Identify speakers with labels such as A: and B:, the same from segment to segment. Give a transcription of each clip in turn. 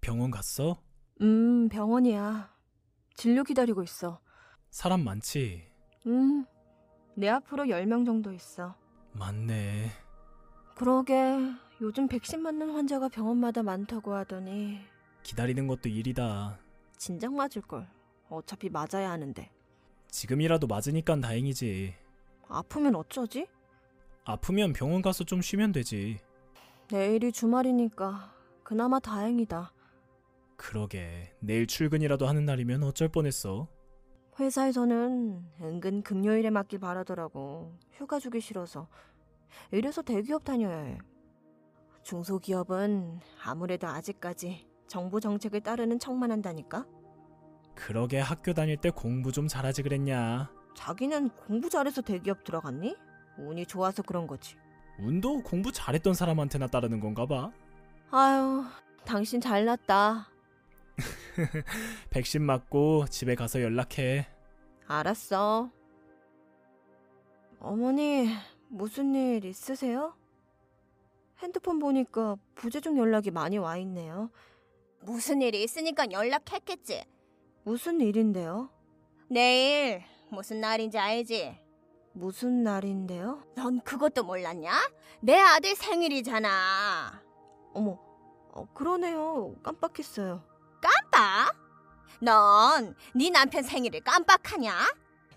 A: 병원 갔어?
B: 음, 병원이야. 진료 기다리고 있어.
A: 사람 많지?
B: 음, 내 앞으로 10명 정도 있어.
A: 많네.
B: 그러게, 요즘 백신 맞는 환자가 병원마다 많다고 하더니,
A: 기다리는 것도 일이다.
B: 진작 맞을걸. 어차피 맞아야 하는데.
A: 지금이라도 맞으니까 다행이지.
B: 아프면 어쩌지?
A: 아프면 병원 가서 좀 쉬면 되지.
B: 내일이 주말이니까, 그나마 다행이다.
A: 그러게. 내일 출근이라도 하는 날이면 어쩔 뻔했어.
B: 회사에서는 은근 금요일에 맞길 바라더라고. 휴가 주기 싫어서. 이래서 대기업 다녀야 해. 중소기업은 아무래도 아직까지 정부 정책을 따르는 척만 한다니까?
A: 그러게 학교 다닐 때 공부 좀 잘하지 그랬냐.
B: 자기는 공부 잘해서 대기업 들어갔니? 운이 좋아서 그런 거지.
A: 운도 공부 잘했던 사람한테나 따르는 건가 봐.
B: 아유, 당신 잘났다.
A: 백신 맞고 집에 가서 연락해.
B: 알았어. 어머니, 무슨 일 있으세요? 핸드폰 보니까 부재중 연락이 많이 와 있네요.
C: 무슨 일이 있으니까 연락했겠지.
B: 무슨 일인데요?
C: 내일 무슨 날인지 알지?
B: 무슨 날인데요?
C: 넌 그것도 몰랐냐? 내 아들 생일이잖아.
B: 어머, 어, 그러네요. 깜빡했어요.
C: 깜빡? 넌 네 남편 생일을 깜빡하냐?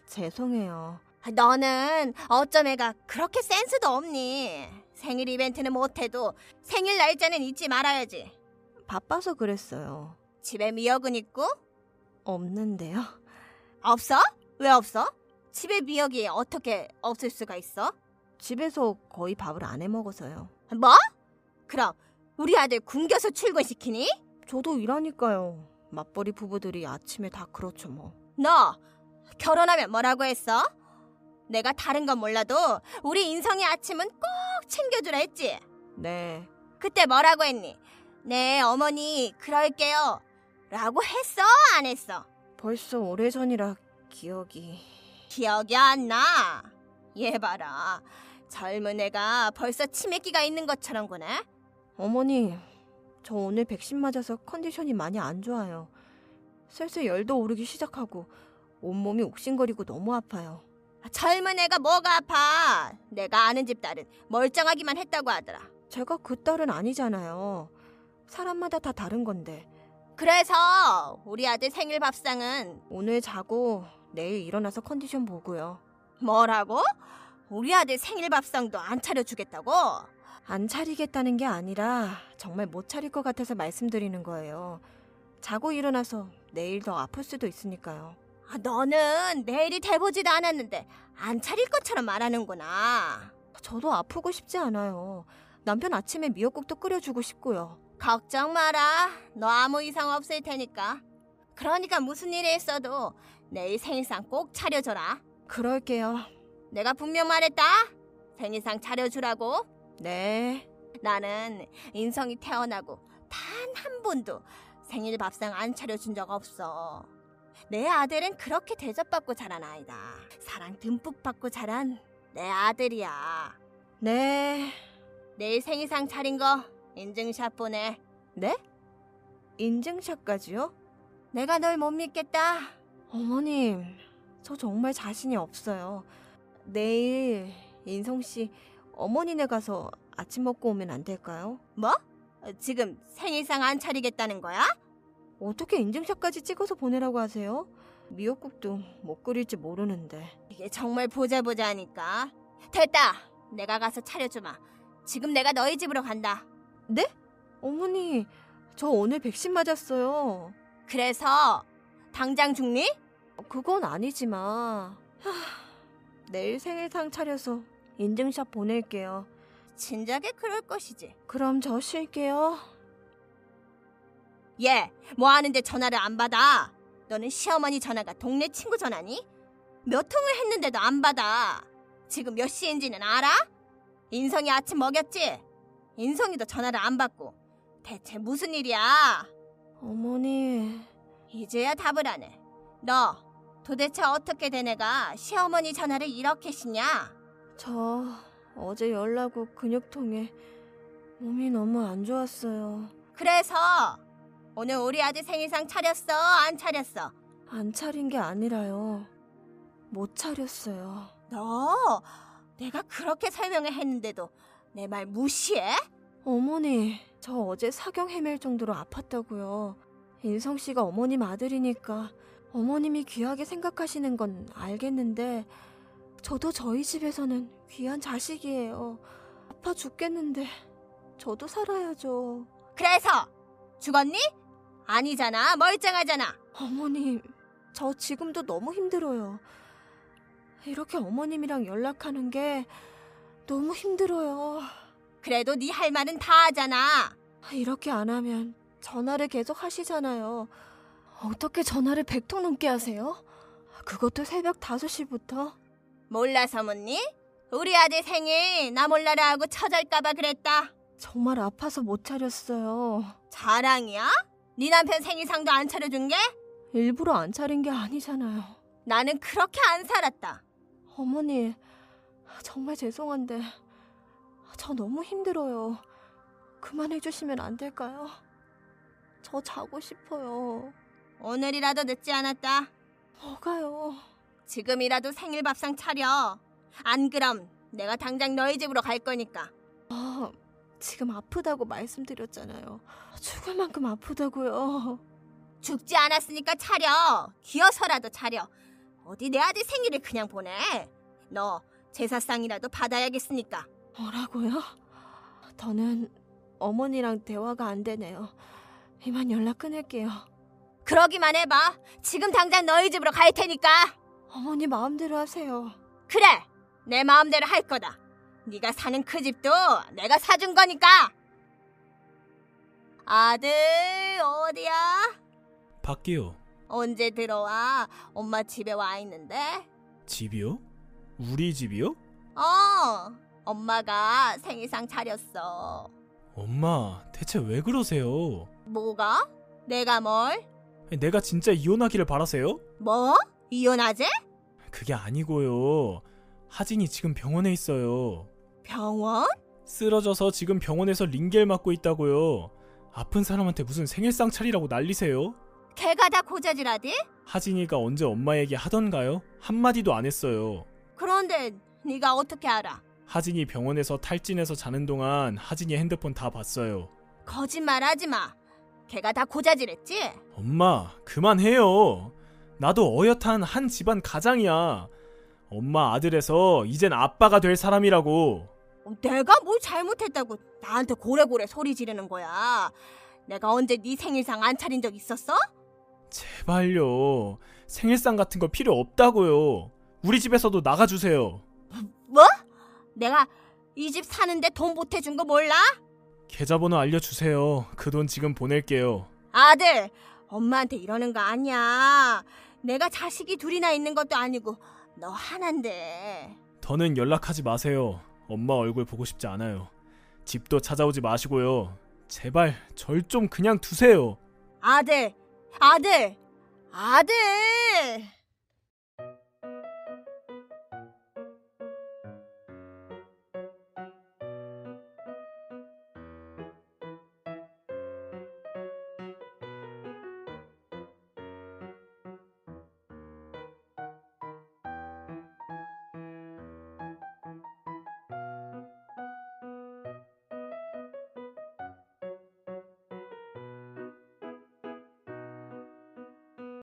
B: 죄송해요.
C: 너는 어쩜 애가 그렇게 센스도 없니? 생일 이벤트는 못해도 생일 날짜는 잊지 말아야지.
B: 바빠서 그랬어요.
C: 집에 미역은 있고
B: 없는데요.
C: 없어? 왜 없어? 집에 미역이 어떻게 없을 수가 있어?
B: 집에서 거의 밥을 안 해 먹어서요.
C: 뭐? 그럼 우리 아들 굶겨서 출근시키니?
B: 저도 일하니까요. 맞벌이 부부들이 아침에 다 그렇죠 뭐.
C: 너 결혼하면 뭐라고 했어? 내가 다른 건 몰라도 우리 인성이 아침은 꼭 챙겨주라 했지.
B: 네,
C: 그때 뭐라고 했니? 네 어머니 그럴게요. 라고 했어 안 했어?
B: 벌써 오래전이라 기억이...
C: 기억이 안 나. 얘 봐라. 젊은 애가 벌써 치매기가 있는 것처럼 구네.
B: 어머니, 저 오늘 백신 맞아서 컨디션이 많이 안 좋아요. 슬슬 열도 오르기 시작하고 온몸이 욱신거리고 너무 아파요.
C: 젊은 애가 뭐가 아파. 내가 아는 집 딸은 멀쩡하기만 했다고 하더라.
B: 제가 그 딸은 아니잖아요. 사람마다 다 다른 건데
C: 그래서 우리 아들 생일 밥상은
B: 오늘 자고 내일 일어나서 컨디션 보고요.
C: 뭐라고? 우리 아들 생일 밥상도 안 차려주겠다고?
B: 안 차리겠다는 게 아니라 정말 못 차릴 것 같아서 말씀드리는 거예요. 자고 일어나서 내일 더 아플 수도 있으니까요.
C: 아, 너는 내일이 돼보지도 않았는데 안 차릴 것처럼 말하는구나.
B: 저도 아프고 싶지 않아요. 남편 아침에 미역국도 끓여주고 싶고요.
C: 걱정 마라. 너 아무 이상 없을 테니까. 그러니까 무슨 일이 있어도 내일 생일상 꼭 차려줘라.
B: 그럴게요.
C: 내가 분명 말했다. 생일상 차려주라고.
B: 네.
C: 나는 인성이 태어나고 단 한 번도 생일 밥상 안 차려준 적 없어. 내 아들은 그렇게 대접받고 자란 아이다. 사랑 듬뿍 받고 자란 내 아들이야.
B: 네.
C: 내일 생일상 차린 거 인증샷 보내.
B: 네? 인증샷까지요?
C: 내가 널 못 믿겠다.
B: 어머님, 저 정말 자신이 없어요. 내일 인성 씨 어머니네 가서 아침 먹고 오면 안 될까요?
C: 어, 지금 생일상 안 차리겠다는 거야?
B: 어떻게 인증샷까지 찍어서 보내라고 하세요? 미역국도 못 끓일지 모르는데.
C: 이게 정말 보자보자하니까. 됐다. 내가 가서 차려주마. 지금 내가 너희 집으로 간다.
B: 네? 어머니, 저 오늘 백신 맞았어요.
C: 그래서 당장 죽니?
B: 그건 아니지만 하, 내일 생일상 차려서 인증샷 보낼게요.
C: 진작에 그럴 것이지.
B: 그럼 저 쉴게요.
C: 얘, 뭐 하는데 전화를 안 받아? 너는 시어머니 전화가 동네 친구 전화니? 몇 통을 했는데도 안 받아. 지금 몇 시인지는 알아? 인성이 아침 먹였지? 인성이도 전화를 안 받고. 대체 무슨 일이야?
B: 어머니.
C: 이제야 답을 하네. 너, 도대체 어떻게 된 애가 시어머니 전화를 이렇게 쉬냐?
B: 저 어제 열나고 근육통에 몸이 너무 안 좋았어요.
C: 그래서 오늘 우리 아들 생일상 차렸어? 안 차렸어?
B: 안 차린 게 아니라요. 못 차렸어요.
C: 너 내가 그렇게 설명을 했는데도 내 말 무시해?
B: 어머니, 저 어제 사경 헤맬 정도로 아팠다고요. 인성 씨가 어머님 아들이니까 어머님이 귀하게 생각하시는 건 알겠는데 저도 저희 집에서는 귀한 자식이에요. 아파 죽겠는데 저도 살아야죠.
C: 그래서 죽었니? 아니잖아. 멀쩡하잖아.
B: 어머님, 저 지금도 너무 힘들어요. 이렇게 어머님이랑 연락하는 게 너무 힘들어요.
C: 그래도 네 할 말은 다 하잖아.
B: 이렇게 안 하면 전화를 계속 하시잖아요. 어떻게 전화를 100통 넘게 하세요? 그것도 새벽 5시부터?
C: 몰라서 묻니? 우리 아들 생일 나 몰라라 하고 처절까봐 그랬다.
B: 정말 아파서 못 차렸어요.
C: 자랑이야? 네 남편 생일상도 안 차려준 게?
B: 일부러 안 차린 게 아니잖아요.
C: 나는 그렇게 안 살았다.
B: 어머니, 정말 죄송한데 저 너무 힘들어요. 그만해 주시면 안 될까요? 저 자고 싶어요.
C: 오늘이라도 늦지 않았다.
B: 뭐가요?
C: 지금이라도 생일 밥상 차려. 안 그럼 내가 당장 너희 집으로 갈 거니까.
B: 아, 지금 아프다고 말씀드렸잖아요. 죽을 만큼 아프다고요.
C: 죽지 않았으니까 차려. 기어서라도 차려. 어디 내 아들 생일을 그냥 보내. 너 제사상이라도 받아야겠으니까.
B: 뭐라고요? 저는 어머니랑 대화가 안 되네요. 이만 연락 끊을게요.
C: 그러기만 해봐. 지금 당장 너희 집으로 갈 테니까.
B: 어머니 마음대로 하세요.
C: 그래. 내 마음대로 할 거다. 네가 사는 그 집도 내가 사준 거니까. 아들 어디야?
A: 밖이요.
C: 언제 들어와? 엄마 집에 와 있는데.
A: 집이요? 우리 집이요?
C: 어, 엄마가 생일상 차렸어.
A: 엄마, 대체 왜 그러세요?
C: 뭐가? 내가 뭘?
A: 내가 진짜 이혼하기를 바라세요?
C: 뭐? 이혼하지?
A: 그게 아니고요. 하진이 지금 병원에 있어요.
C: 병원?
A: 쓰러져서 지금 병원에서 링겔 맞고 있다고요. 아픈 사람한테 무슨 생일상 차리라고 난리세요?
C: 걔가 다 고자질하디?
A: 하진이가 언제 엄마 얘기 하던가요? 한마디도 안 했어요.
C: 그런데 네가 어떻게 알아?
A: 하진이 병원에서 탈진해서 자는 동안 하진이 핸드폰 다 봤어요.
C: 거짓말하지 마. 걔가 다 고자질했지?
A: 엄마, 그만해요. 나도 어엿한 한 집안 가장이야. 엄마 아들에서 이젠 아빠가 될 사람이라고.
C: 어, 내가 뭘 잘못했다고 나한테 고래고래 소리 지르는 거야. 내가 언제 네 생일상 안 차린 적 있었어?
A: 제발요. 생일상 같은 거 필요 없다고요. 우리 집에서도 나가주세요.
C: 내가 이 집 사는데 돈 보태준 거 몰라?
A: 계좌번호 알려주세요. 그 돈 지금 보낼게요.
C: 아들, 엄마한테 이러는 거 아니야. 내가 자식이 둘이나 있는 것도 아니고 너 하나인데.
A: 더는 연락하지 마세요. 엄마 얼굴 보고 싶지 않아요. 집도 찾아오지 마시고요. 제발 절 좀 그냥 두세요.
C: 아들, 아들, 아들.